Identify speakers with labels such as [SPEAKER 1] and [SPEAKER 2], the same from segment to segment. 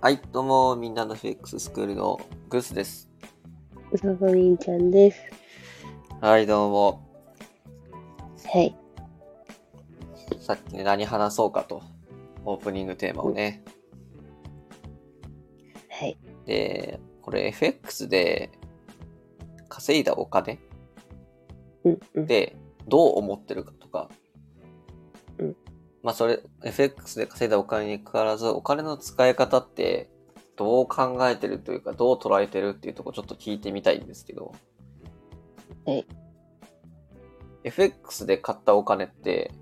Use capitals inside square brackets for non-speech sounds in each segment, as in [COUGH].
[SPEAKER 1] はい、どうも、みんなの FX スクールのグースです。
[SPEAKER 2] うさこりんちゃんです。
[SPEAKER 1] はい、どうも。
[SPEAKER 2] はい。
[SPEAKER 1] さっきね、何話そうかと。オープニングテーマをね。
[SPEAKER 2] はい。
[SPEAKER 1] で、これ FX で稼いだお金
[SPEAKER 2] うんうん。
[SPEAKER 1] でどう思ってるかとか。
[SPEAKER 2] うん
[SPEAKER 1] まあ、それ、FX で稼いだお金にかかわらず、お金の使い方ってどう考えてるというか、どう捉えてるっていうとこちょっと聞いてみたいんですけど。
[SPEAKER 2] はい。
[SPEAKER 1] FX で買ったお金って、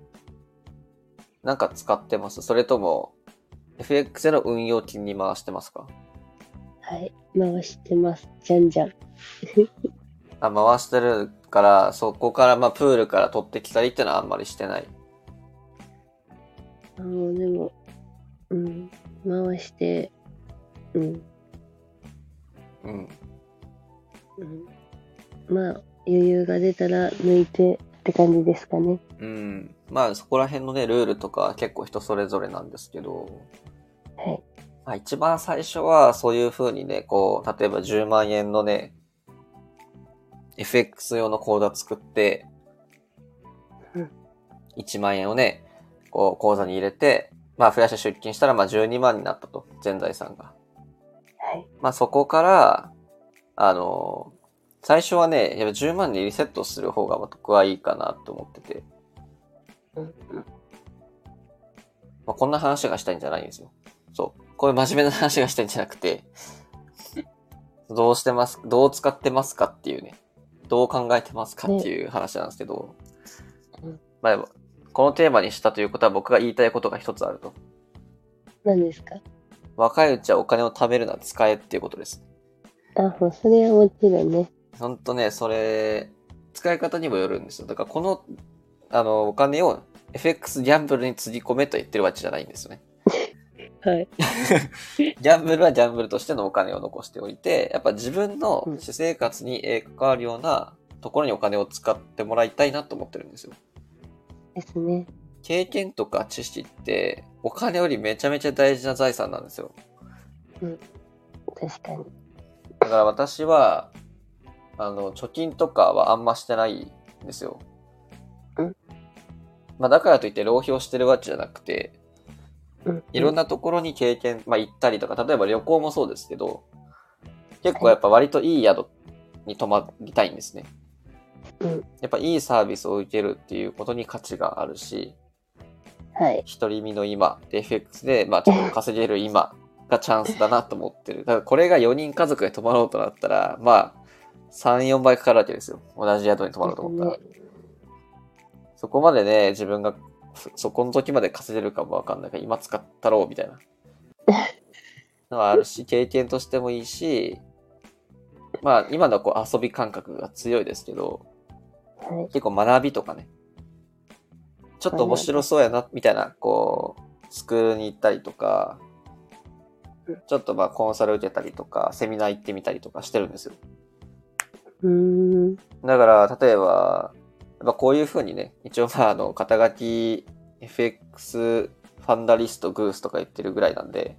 [SPEAKER 1] なんか使ってますそれとも、FX への運用金に回してますか
[SPEAKER 2] はい。回してます。じゃんじゃん。
[SPEAKER 1] あ、回してるから、そこから、まあ、プールから取ってきたりってのはあんまりしてない。
[SPEAKER 2] あの、でも、うん。回して、うん。
[SPEAKER 1] うん。
[SPEAKER 2] うん、まあ、余裕が出たら抜いてって感じですかね。
[SPEAKER 1] うん。まあ、そこら辺のね、ルールとかは結構人それぞれなんですけど、
[SPEAKER 2] はい。
[SPEAKER 1] まあ、一番最初はそういう風にね、こう、例えば10万円のね、FX 用の口座作って
[SPEAKER 2] うん、
[SPEAKER 1] 1万円をね、こう、口座に入れて、まあ、増やして出金したら、まあ、12万になったと、全財産が。
[SPEAKER 2] はい。
[SPEAKER 1] まあ、そこから、あの最初はね、やっぱ10万にリセットする方が僕はいいかなと思ってて、
[SPEAKER 2] うんうん。
[SPEAKER 1] まあ、こんな話がしたいんじゃないんですよ。そう。こういう真面目な話がしたいんじゃなくて、どうしてます、どう使ってますかっていうね、どう考えてますかっていう話なんですけど
[SPEAKER 2] うん、
[SPEAKER 1] まあでも、このテーマにしたということは僕が言いたいことが一つあると。
[SPEAKER 2] 何ですか
[SPEAKER 1] 若いうちはお金を貯めるなら使えっていうことです。
[SPEAKER 2] あ、もうそれはもちろんね。
[SPEAKER 1] ほんとね、それ、使い方にもよるんですよ。だからこの、あの、お金を FX ギャンブルにつぎ込めと言ってるわけじゃないんですよね。
[SPEAKER 2] はい。
[SPEAKER 1] ギャンブルはギャンブルとしてのお金を残しておいて、やっぱ自分の
[SPEAKER 2] うん
[SPEAKER 1] 私生活にえー関わるようなところにお金を使ってもらいたいなと思ってるんですよ。
[SPEAKER 2] ですね。
[SPEAKER 1] 経験とか知識ってお金よりめちゃめちゃ大事な財産なんですよ。
[SPEAKER 2] 確かに。
[SPEAKER 1] だから私は、あの、貯金とかはあんましてないんですよ。
[SPEAKER 2] うん
[SPEAKER 1] まあだからといって浪費をしてるわけじゃなくて、
[SPEAKER 2] うん。
[SPEAKER 1] いろん
[SPEAKER 2] な。
[SPEAKER 1] なところに経験、まあ行ったりとか、例えば旅行もそうですけど、結構やっぱ割といい宿に泊まりたいんですね。
[SPEAKER 2] うん。
[SPEAKER 1] やっぱいいサービスを受けるっていうことに価値があるし、
[SPEAKER 2] はい。
[SPEAKER 1] 独り身の今で FX で、まあちょっと稼げる今がチャンスだなと思ってる。だからこれが4人家族で泊まろうとなったら、まあ3、4倍かかるわけですよ。同じ宿に泊まろうと思ったら。そこまでね、自分がそそこの時まで稼げるかもわかんないから、今使ったろうみたいな。のはあるし、経験としてもいいし、まあ今のこう遊び感覚が強いですけど、
[SPEAKER 2] はい。
[SPEAKER 1] 結構学びとかね、ちょっと面白そうやな、みたいな、こう、スクールに行ったりとか
[SPEAKER 2] うん、
[SPEAKER 1] ちょっとまあコンサル受けたりとか、セミナー行ってみたりとかしてるんですよ。
[SPEAKER 2] うーん。
[SPEAKER 1] だから、例えば、やっぱこういうふうにね、一応まあ、あの、肩書き、FX、ファンダリスト、グースとか言ってるぐらいなんで、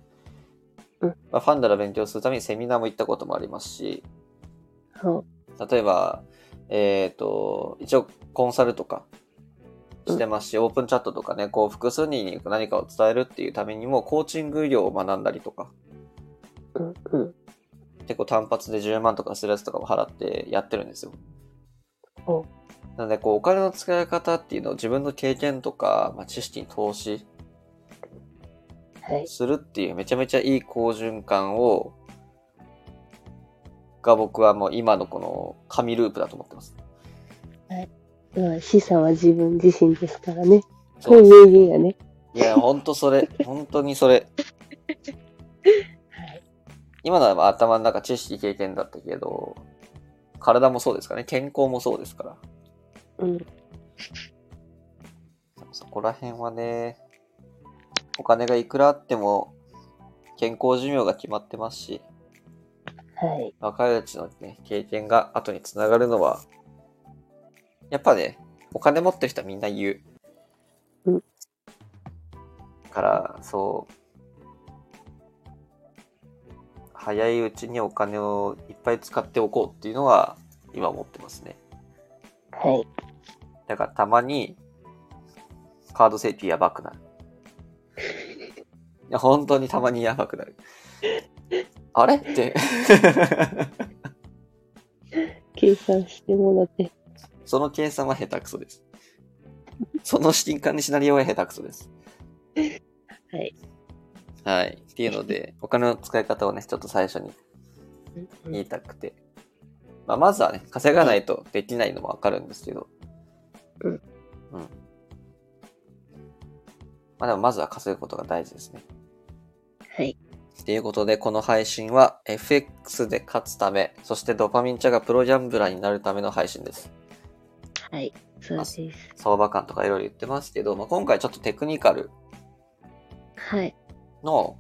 [SPEAKER 2] うん
[SPEAKER 1] まあ、ファンダの勉強するためにセミナーも行ったこともありますし、
[SPEAKER 2] そ
[SPEAKER 1] 例えば、えっ、と、一応コンサルとかしてますし、オープンチャットとかね、こう複数人に何かを伝えるっていうためにも、コーチング業を学んだりとか、
[SPEAKER 2] う。うんうん。
[SPEAKER 1] 結構単発で10万とかするやつとかも払ってやってるんですよ。
[SPEAKER 2] お
[SPEAKER 1] なので、こう、お金の使い方っていうのを自分の経験とか、まあ、知識に投資
[SPEAKER 2] はい。
[SPEAKER 1] するっていうめちゃめちゃいい好循環を、が僕はもう今のこの紙ループだと思ってます。
[SPEAKER 2] まあ、資産は自分自身ですからね。
[SPEAKER 1] そ
[SPEAKER 2] こ
[SPEAKER 1] う
[SPEAKER 2] う名言やね。
[SPEAKER 1] いや、ほんとそれ、本当にそれ。今のは頭の中知識経験だったけど、体もそうですかね、健康もそうですから。
[SPEAKER 2] うん。
[SPEAKER 1] そこら辺はね、お金がいくらあっても、健康寿命が決まってますし、
[SPEAKER 2] はい。
[SPEAKER 1] 若いうちのね、経験が後につながるのは、やっぱね、お金持ってる人はみんな言う。
[SPEAKER 2] うん
[SPEAKER 1] から、そう。早いうちにお金をいっぱい使っておこうっていうのは今思ってますね。
[SPEAKER 2] はい。
[SPEAKER 1] だからたまにカード請求やばくなる。いや、本当にたまにやばくなる。あれって。
[SPEAKER 2] 計算してもらって。
[SPEAKER 1] その計算は下手くそです。その資金管理シナリオは下手くそです。
[SPEAKER 2] はい。
[SPEAKER 1] はい。っていうので、お金の使い方をね、ちょっと最初に言いたくて。まあ、まずはね、稼がないとできないのもわかるんですけど。
[SPEAKER 2] うん
[SPEAKER 1] うん。まあでも、まずは稼ぐことが大事ですね。
[SPEAKER 2] はい。
[SPEAKER 1] ということで、この配信は FX で勝つため、そしてドパミン茶がプロギャンブラーになるための配信です。
[SPEAKER 2] はい。そうです。
[SPEAKER 1] 相場感とかいろいろ言ってますけど、まあ、今回ちょっとテクニカル
[SPEAKER 2] はい。
[SPEAKER 1] の、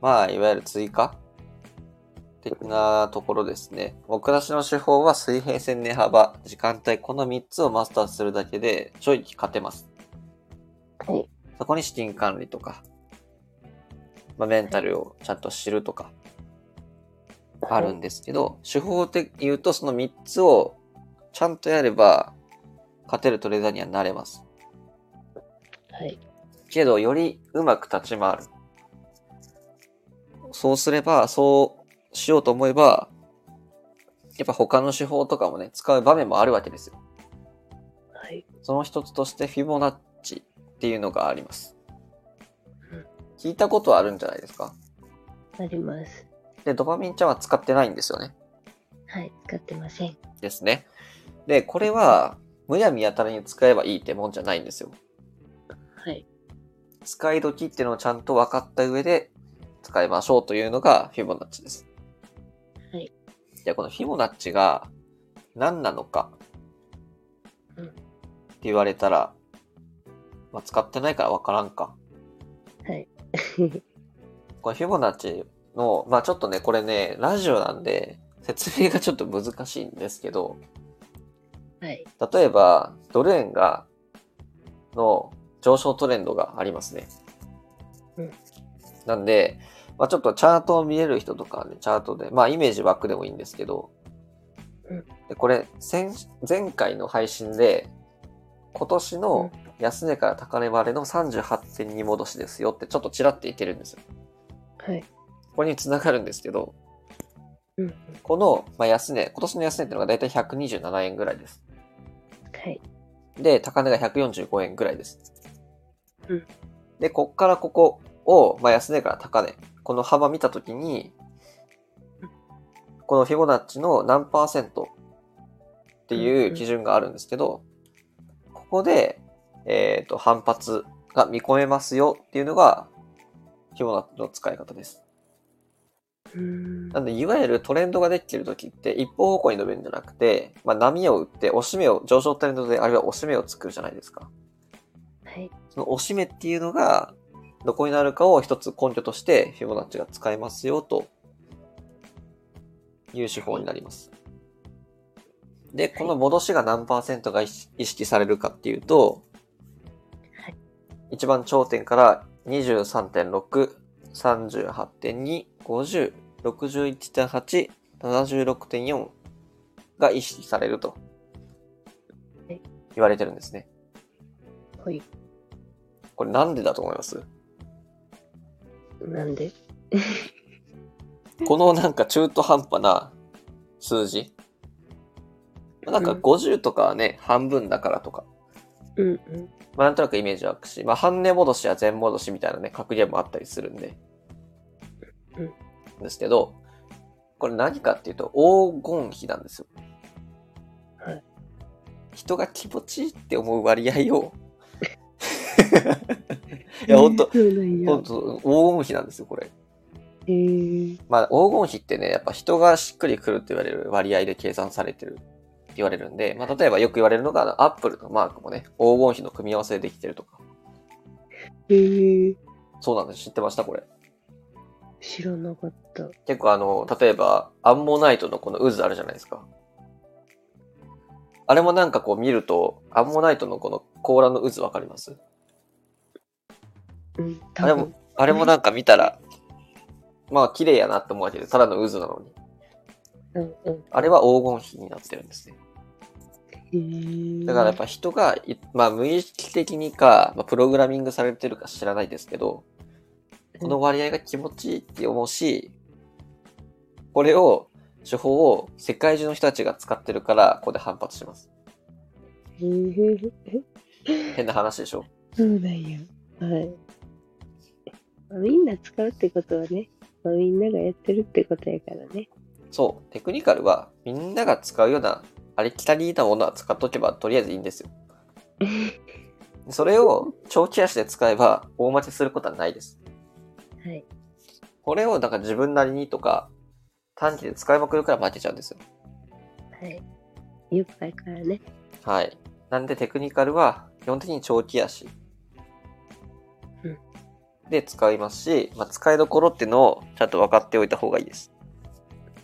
[SPEAKER 1] まあ、いわゆる追加的なところですね。僕たちの手法は水平線値幅、時間帯、この3つをマスターするだけで、ちょい勝てます。
[SPEAKER 2] はい。
[SPEAKER 1] そこに資金管理とか、まあ、メンタルをちゃんと知るとか、あるんですけど、手法で言うと、その3つをちゃんとやれば、勝てるトレーダーにはなれます。
[SPEAKER 2] はい。
[SPEAKER 1] けどよりうまく立ち回る。そうすれば、そうしようと思えば、やっぱ他の手法とかもね、使う場面もあるわけですよ。
[SPEAKER 2] はい。
[SPEAKER 1] その一つとしてフィボナッチっていうのがあります
[SPEAKER 2] うん。
[SPEAKER 1] 聞いたことはあるんじゃないですか。
[SPEAKER 2] あります。
[SPEAKER 1] で、ドパミンちゃんは使ってないんですよね。
[SPEAKER 2] はい。使ってません。
[SPEAKER 1] ですね。で、これは、むやみやたらに使えばいいってもんじゃないんですよ。
[SPEAKER 2] はい。
[SPEAKER 1] 使い時っていうのをちゃんと分かった上で使いましょうというのがフィボナッチです。
[SPEAKER 2] はい。
[SPEAKER 1] じゃあこのフィボナッチが何なのか
[SPEAKER 2] うん
[SPEAKER 1] って言われたら、まあ、使ってないから分からんか。
[SPEAKER 2] はい。
[SPEAKER 1] [LAUGHS] このフィボナッチの、まあちょっとね、これね、ラジオなんで説明がちょっと難しいんですけど、
[SPEAKER 2] はい。
[SPEAKER 1] 例えばドル円が、の上昇トレンドがありますね。
[SPEAKER 2] うん
[SPEAKER 1] なんで、まあ、ちょっとチャートを見れる人とかはね、チャートで、まあイメージバックでもいいんですけど、
[SPEAKER 2] うん
[SPEAKER 1] でこれ先、前回の配信で、今年の安値から高値までの38.2戻しですよってちょっとちらっていけるんですよ。
[SPEAKER 2] はい。
[SPEAKER 1] ここに繋がるんですけど、
[SPEAKER 2] うんうん。
[SPEAKER 1] この、まあ、安値、今年の安値っていうのがだいたい127円ぐらいです。
[SPEAKER 2] はい。
[SPEAKER 1] で、高値が145円ぐらいです。
[SPEAKER 2] うん
[SPEAKER 1] で、こっからここを、まあ、安値から高値、この幅見たときに
[SPEAKER 2] うん、
[SPEAKER 1] このフィボナッチの何パーセントっていう基準があるんですけど、ここで、えっ、と、反発が見込めますよっていうのが、フィボナッチの使い方です。
[SPEAKER 2] うーん。
[SPEAKER 1] なんで、いわゆるトレンドができてる時って、一方方向に伸びるんじゃなくて、まあ、波を打って、押し目を、上昇トレンドで、あるいは押し目を作るじゃないですか。
[SPEAKER 2] はい。
[SPEAKER 1] その押し目っていうのが、どこになるかを一つ根拠として、フィボナッチが使えますよ、という手法になります。で、この戻しが何パーセントが意識意識されるかっていうと
[SPEAKER 2] はい、
[SPEAKER 1] 一番頂点から23.6、38.2、50、61.8、76.4が意識されると
[SPEAKER 2] はい
[SPEAKER 1] 言われてるんですね。
[SPEAKER 2] はい。
[SPEAKER 1] これなんでだと思います
[SPEAKER 2] なんで [LAUGHS]
[SPEAKER 1] このなんか中途半端な数字。まあなんか
[SPEAKER 2] うん
[SPEAKER 1] 50とかはね、半分だからとか。
[SPEAKER 2] うんうん。
[SPEAKER 1] まあなんとなくイメージ湧くし、まあ半値戻しや全戻しみたいなね、格言もあったりするんで。
[SPEAKER 2] うん
[SPEAKER 1] ですけど、これ何かっていうと黄金比なんですよ。
[SPEAKER 2] はい
[SPEAKER 1] 人が気持ちいいって思う割合
[SPEAKER 2] [LAUGHS]
[SPEAKER 1] を。いや、ほんと、
[SPEAKER 2] そうなんや
[SPEAKER 1] ほんと、黄金比なんですよ、これ。
[SPEAKER 2] へー
[SPEAKER 1] まあ、黄金比ってね、やっぱ人がしっくりくるって言われる割合で計算されてるって言われるんで、まあ、例えばよく言われるのが、あのアップルのマークもね、黄金比の組み合わせでできてるとか。
[SPEAKER 2] へー
[SPEAKER 1] そうなんです。知ってましたこれ。
[SPEAKER 2] 知らなかった。
[SPEAKER 1] 結構あの、例えば、アンモナイトのこの渦あるじゃないですか。あれもなんかこう見ると、アンモナイトのこの甲羅の渦わかります
[SPEAKER 2] うん。
[SPEAKER 1] あれも、あれもなんか見たら、まあ綺麗やなって思うわけで、ただの渦なのに。
[SPEAKER 2] うんうん。
[SPEAKER 1] あれは黄金比になってるんですね。
[SPEAKER 2] へー
[SPEAKER 1] だからやっぱ人がい、まあ無意識的にか、まあ、プログラミングされてるか知らないですけど、この割合が気持ちいいって思うし、これを、手法を世界中の人たちが使ってるから、ここで反発します。
[SPEAKER 2] へー
[SPEAKER 1] 変な話でしょ
[SPEAKER 2] そうなんや。はい。まあみんな使うってことはね、まあ、みんながやってるってことやからね。
[SPEAKER 1] そう、テクニカルはみんなが使うようなありきたりなものは使っとけばとりあえずいいんですよ。それを長期足で使えば大負けすることはないです。
[SPEAKER 2] はい。
[SPEAKER 1] これをなんか自分なりにとか短期で使いまくるから負けちゃうんですよ。
[SPEAKER 2] はい。いっぱいからね。
[SPEAKER 1] はい。なんでテクニカルは基本的に長期足
[SPEAKER 2] うん
[SPEAKER 1] で使いますし、まあ、使いどころってのをちゃんと分かっておいた方がいいです。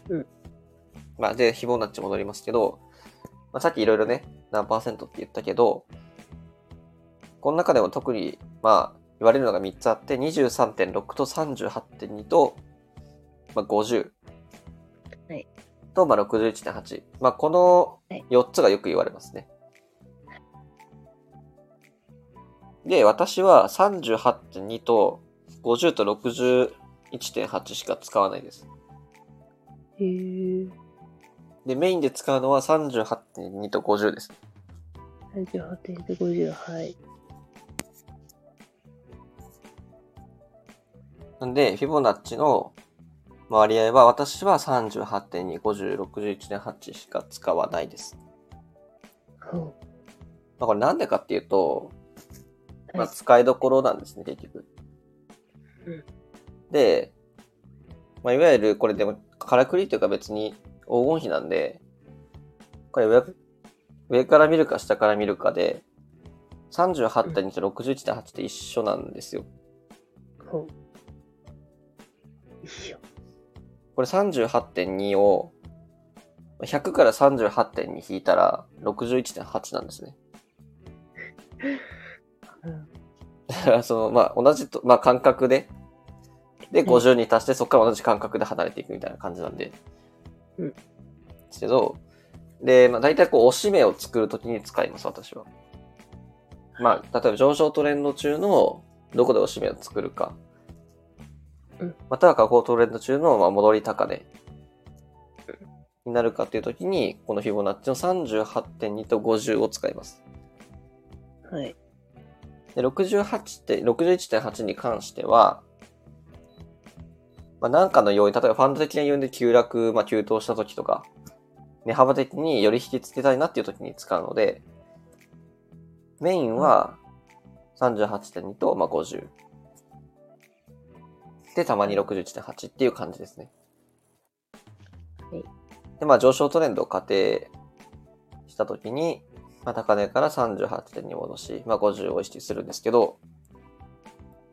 [SPEAKER 2] うん。
[SPEAKER 1] まあ、で、非ボナッチ戻りますけど、まあ、さっきいろいろね、何パーセントって言ったけど、この中でも特に、まあ、言われるのが3つあって、23.6と38.2と、まあ、50。
[SPEAKER 2] はい
[SPEAKER 1] と、まあ、61.8。まあ、この
[SPEAKER 2] はい
[SPEAKER 1] 4つがよく言われますね。で、私は38.2と50と61.8しか使わないです。
[SPEAKER 2] へえ。
[SPEAKER 1] で、メインで使うのは38.2と50です。
[SPEAKER 2] 38点と50、はい。
[SPEAKER 1] なんで、フィボナッチの割合は私は38.2、50、61.8しか使わないです。
[SPEAKER 2] ほ
[SPEAKER 1] まあ、これなんでかっていうと、
[SPEAKER 2] う。
[SPEAKER 1] ま
[SPEAKER 2] は
[SPEAKER 1] あ、
[SPEAKER 2] い。
[SPEAKER 1] 使いどころなんですね、結局
[SPEAKER 2] うん。
[SPEAKER 1] で、まあ、いわゆるこれでも、からくりというか別に黄金比なんで、これ上上から見るか下から見るかで、38.2と61.8って一緒なんですよ。
[SPEAKER 2] ほう。一緒。
[SPEAKER 1] これ38.2を、100から38.2引いたら61.8なんですね。
[SPEAKER 2] うん。
[SPEAKER 1] だからその、まあ、同じと、まあ、感覚で、で、
[SPEAKER 2] うん
[SPEAKER 1] 50に達して、そこから同じ感覚で離れていくみたいな感じなんで。
[SPEAKER 2] うん
[SPEAKER 1] ですけど、で、まあ、大体こう、押し目を作るときに使います、私は。まあ、例えば上昇トレンド中の、どこで押し目を作るか。
[SPEAKER 2] うん
[SPEAKER 1] または下降トレンド中の、まあ、戻り高値。になるかというときに、このフィボナッチの38.2と50を使います。
[SPEAKER 2] はい。
[SPEAKER 1] で、68って、61.8に関しては、まあ、なんかの要因、例えばファンド的な要因で急落、まあ、急騰した時とか、値幅的により引きつけたいなっていう時に使うので、メインは38.2と、まあ、50。で、たまに61.8っていう感じですね。
[SPEAKER 2] はい
[SPEAKER 1] で、まあ、上昇トレンドを仮定した時に、まあ、高値から38点に戻し、まあ、50を意識するんですけど、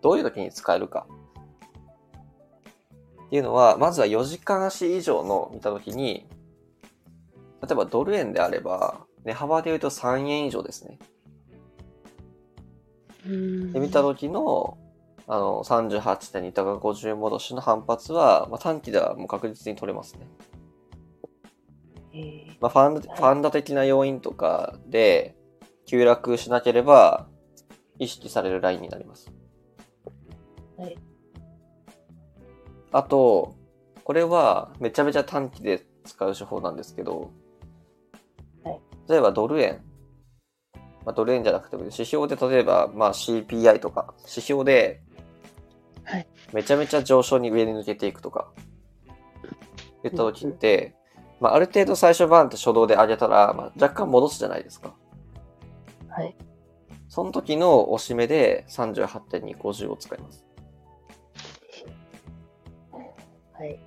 [SPEAKER 1] どういう時に使えるか。っていうのは、まずは4時間足以上の見た時に、例えばドル円であれば、値幅で言うと3円以上ですね。
[SPEAKER 2] うん
[SPEAKER 1] で、見た時の、あの、38.2とか50戻しの反発は、まあ、短期ではもう確実に取れますね。
[SPEAKER 2] へー
[SPEAKER 1] まあ、ファンド、ファンド的な要因とかで、急落しなければ、意識されるラインになります。
[SPEAKER 2] はい。
[SPEAKER 1] あと、これは、めちゃめちゃ短期で使う手法なんですけど、
[SPEAKER 2] はい
[SPEAKER 1] 例えばドル円。まあ、ドル円じゃなくてもいいです、指標で例えば、まあ、CPI とか、指標で
[SPEAKER 2] はい、
[SPEAKER 1] めちゃめちゃ上昇に上に抜けていくとか、言った時って、まあ、ある程度最初バーンって初動で上げたら、まあ、若干戻すじゃないですか。
[SPEAKER 2] はい。
[SPEAKER 1] その時の押し目で38.250を使います。
[SPEAKER 2] はい。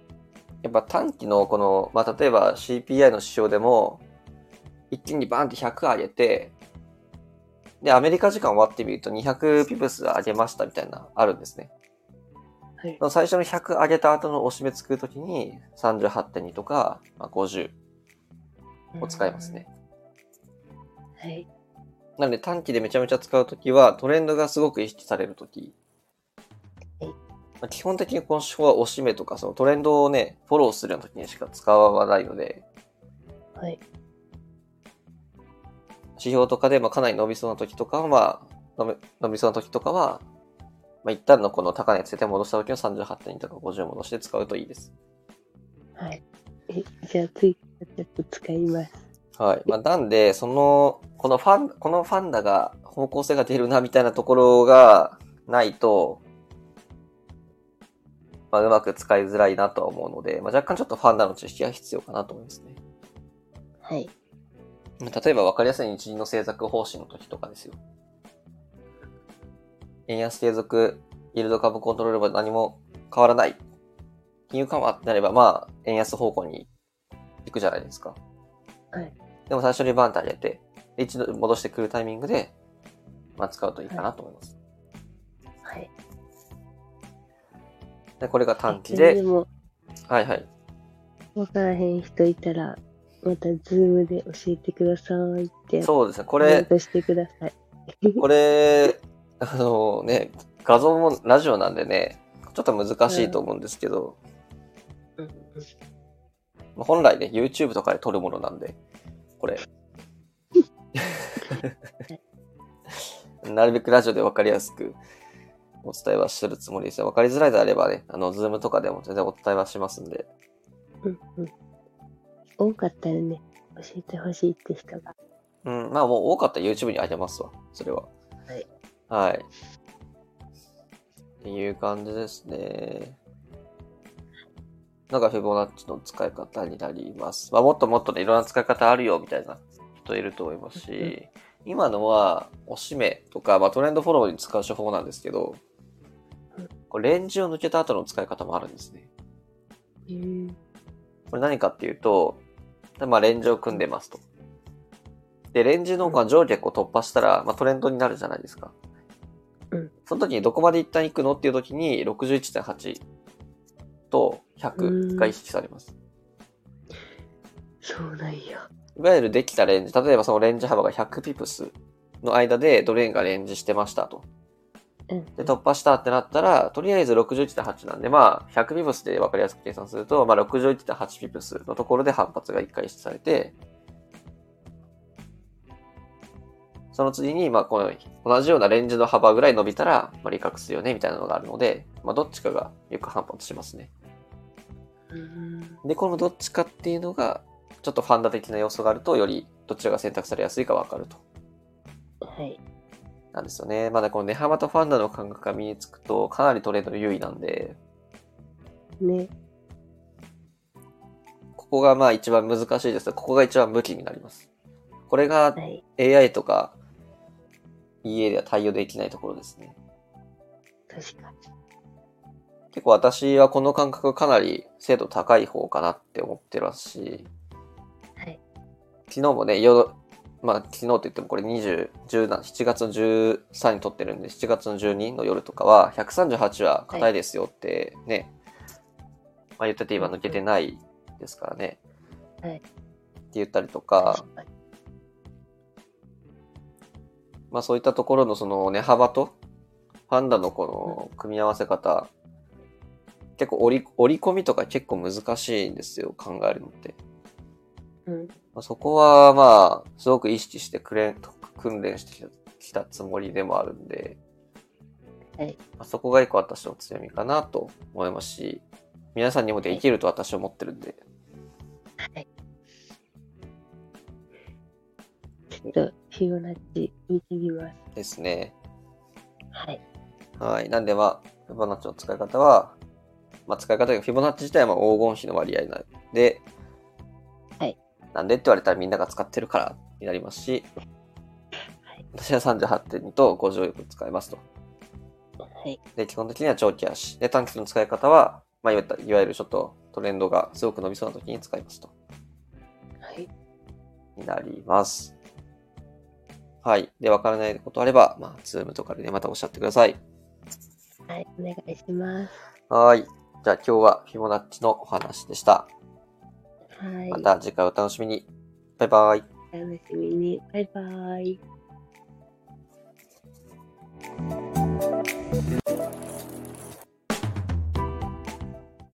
[SPEAKER 1] やっぱ短期のこの、まあ、例えば CPI の指標でも、一気にバーンって100上げて、で、アメリカ時間終わってみると200ピプス上げましたみたいな、あるんですね。
[SPEAKER 2] はい
[SPEAKER 1] そ。の最初の100上げた後の押し目作るときに38.2とか、まあ、50を使いますね。
[SPEAKER 2] うん。はい。
[SPEAKER 1] なので短期でめちゃめちゃ使うときは、トレンドがすごく意識されるとき
[SPEAKER 2] はい。
[SPEAKER 1] まあ基本的にこの手法はおしめとか、そのトレンドをね、フォローするような時にしか使わないので、
[SPEAKER 2] はい。
[SPEAKER 1] 指標とかで、まあ、かなり伸びそうな時とかは、まあ、伸び伸びそうな時とかは、まあ、一旦のこの高値つけて戻した時の38.2とか50戻して使うといいです。
[SPEAKER 2] はい。え、じゃあ、ツイッターちょっと使います。
[SPEAKER 1] はい。まあ、なんで、その、このファン、このファンダが方向性が出るなみたいなところがないと、まあ、うまく使いづらいなとは思うので、まあ、若干ちょっとファンダの知識が必要かなと思いますね。
[SPEAKER 2] はい。
[SPEAKER 1] 例えば分かりやすい日銀の政策方針の時とかですよ。円安継続、イールド株コントロールは何も変わらない。金融緩和ってなれば、まあ、円安方向に行くじゃないですか。
[SPEAKER 2] はい。
[SPEAKER 1] でも最初にバンって上げて、で一度戻してくるタイミングで、まあ、使うといいかなと思います。
[SPEAKER 2] はい。
[SPEAKER 1] で、これが短期
[SPEAKER 2] えで
[SPEAKER 1] で、
[SPEAKER 2] も、
[SPEAKER 1] はいはい。
[SPEAKER 2] わからへん人いたら、またズームで教えてくださいって。う。
[SPEAKER 1] そうですね。こ
[SPEAKER 2] コメン
[SPEAKER 1] れ、
[SPEAKER 2] トしてください。
[SPEAKER 1] これ、あのね、画像もラジオなんでね、ちょっと難しいと思うんですけど、
[SPEAKER 2] うん
[SPEAKER 1] まあ本来ね、YouTube とかで撮るものなんで、これ。 [LAUGHS] なるべくラジオで分かりやすくお伝えはするつもりですよ。分かりづらいであればね、あの、ズームとかでも全然お伝えはしますんで。
[SPEAKER 2] うんうん。多かったらね、教えてほしいって人が。
[SPEAKER 1] うん、まあもう多かったら YouTube にあげますわ、それは。
[SPEAKER 2] はい。
[SPEAKER 1] はい。っていう感じですね。なんかフィボナッチの使い方になります。まあもっともっとね、いろんな使い方あるよ、みたいな人いると思います
[SPEAKER 2] うんう
[SPEAKER 1] し、今のは、おしめとか、まあトレンドフォローに使う手法なんですけど
[SPEAKER 2] うん、
[SPEAKER 1] これレンジを抜けた後の使い方もあるんですね。
[SPEAKER 2] うん。
[SPEAKER 1] これ何かっていうと、まあ、レンジを組んでますと。で、レンジのまあ上下を突破したら、まあ、トレンドになるじゃないですか。
[SPEAKER 2] うん
[SPEAKER 1] その時にどこまで一旦行くのっていう時に、61.8と100が意識されます。
[SPEAKER 2] そうなんや。
[SPEAKER 1] いわゆるできたレンジ、例えばそのレンジ幅が100ピプスの間でドル円がレンジしてましたと。
[SPEAKER 2] うん。
[SPEAKER 1] で、突破したってなったら、とりあえず61.8なんで、まあ、100ピプスで分かりやすく計算すると、まあ、61.8ピプスのところで反発が1回されて、その次に、まあ、この同じようなレンジの幅ぐらい伸びたら、まあ、利確するよね、みたいなのがあるので、まあ、どっちかがよく反発しますね。
[SPEAKER 2] うん。
[SPEAKER 1] で、このどっちかっていうのが、ちょっとファンダ的な要素があると、よりどちらが選択されやすいか分かると。
[SPEAKER 2] はい。
[SPEAKER 1] なんですよね。まだこのネハマとファンダの感覚が身につくと、かなりトレード優位なんで、
[SPEAKER 2] ね。
[SPEAKER 1] ここがまあ一番難しいですがここが一番武器になります。これが
[SPEAKER 2] はい。
[SPEAKER 1] AI とか EA では対応できないところですね。
[SPEAKER 2] 確かに。
[SPEAKER 1] 結構私はこの感覚かなり精度高い方かなって思ってますし、
[SPEAKER 2] はい。
[SPEAKER 1] 昨日もね、夜、まあ昨日と言ってもこれ20、10な7月の13に撮ってるんで、7月の12の夜とかは、138は硬いですよってね、まあ言ってて今抜けてないですからね。
[SPEAKER 2] はい
[SPEAKER 1] って言ったりとか、
[SPEAKER 2] 確かに
[SPEAKER 1] まあそういったところのその値幅とパンダのこの組み合わせ方、結構折り折り込みとか結構難しいんですよ、考えるのって。
[SPEAKER 2] うん。
[SPEAKER 1] まあ、そこはまあ、すごく意識してくれん、訓練してきたきたつもりでもあるんで、
[SPEAKER 2] はい
[SPEAKER 1] まあ、そこが一個私の強みかなと思いますし、皆さんにもできると私は思ってるんで、
[SPEAKER 2] はい。ちょっと、フィボナッチ見てみます。
[SPEAKER 1] ですね。
[SPEAKER 2] はい。
[SPEAKER 1] はい。なんで、まあ、フィボナッチの使い方は、まあ、使い方が、フィボナッチ自体は黄金比の割合なんで、
[SPEAKER 2] はい。
[SPEAKER 1] なんでって言われたらみんなが使ってるからになりますし、
[SPEAKER 2] はい
[SPEAKER 1] 私は38.2と50をよく使いますと。
[SPEAKER 2] はい。
[SPEAKER 1] で、基本的には長期足。で、短期の使い方は、まあ、いわゆるいわゆるちょっとトレンドがすごく伸びそうな時に使いますと。
[SPEAKER 2] はい。
[SPEAKER 1] になります。はい。で、わからないことあれば、まあ、ズームとかでね、またおっしゃってください。
[SPEAKER 2] はい。お願いします。
[SPEAKER 1] はい。じゃあ今日はフィボナッチのお話でした。
[SPEAKER 2] はい。
[SPEAKER 1] また次回お楽しみに。バイバイ。
[SPEAKER 2] 楽しみに。バイバイ。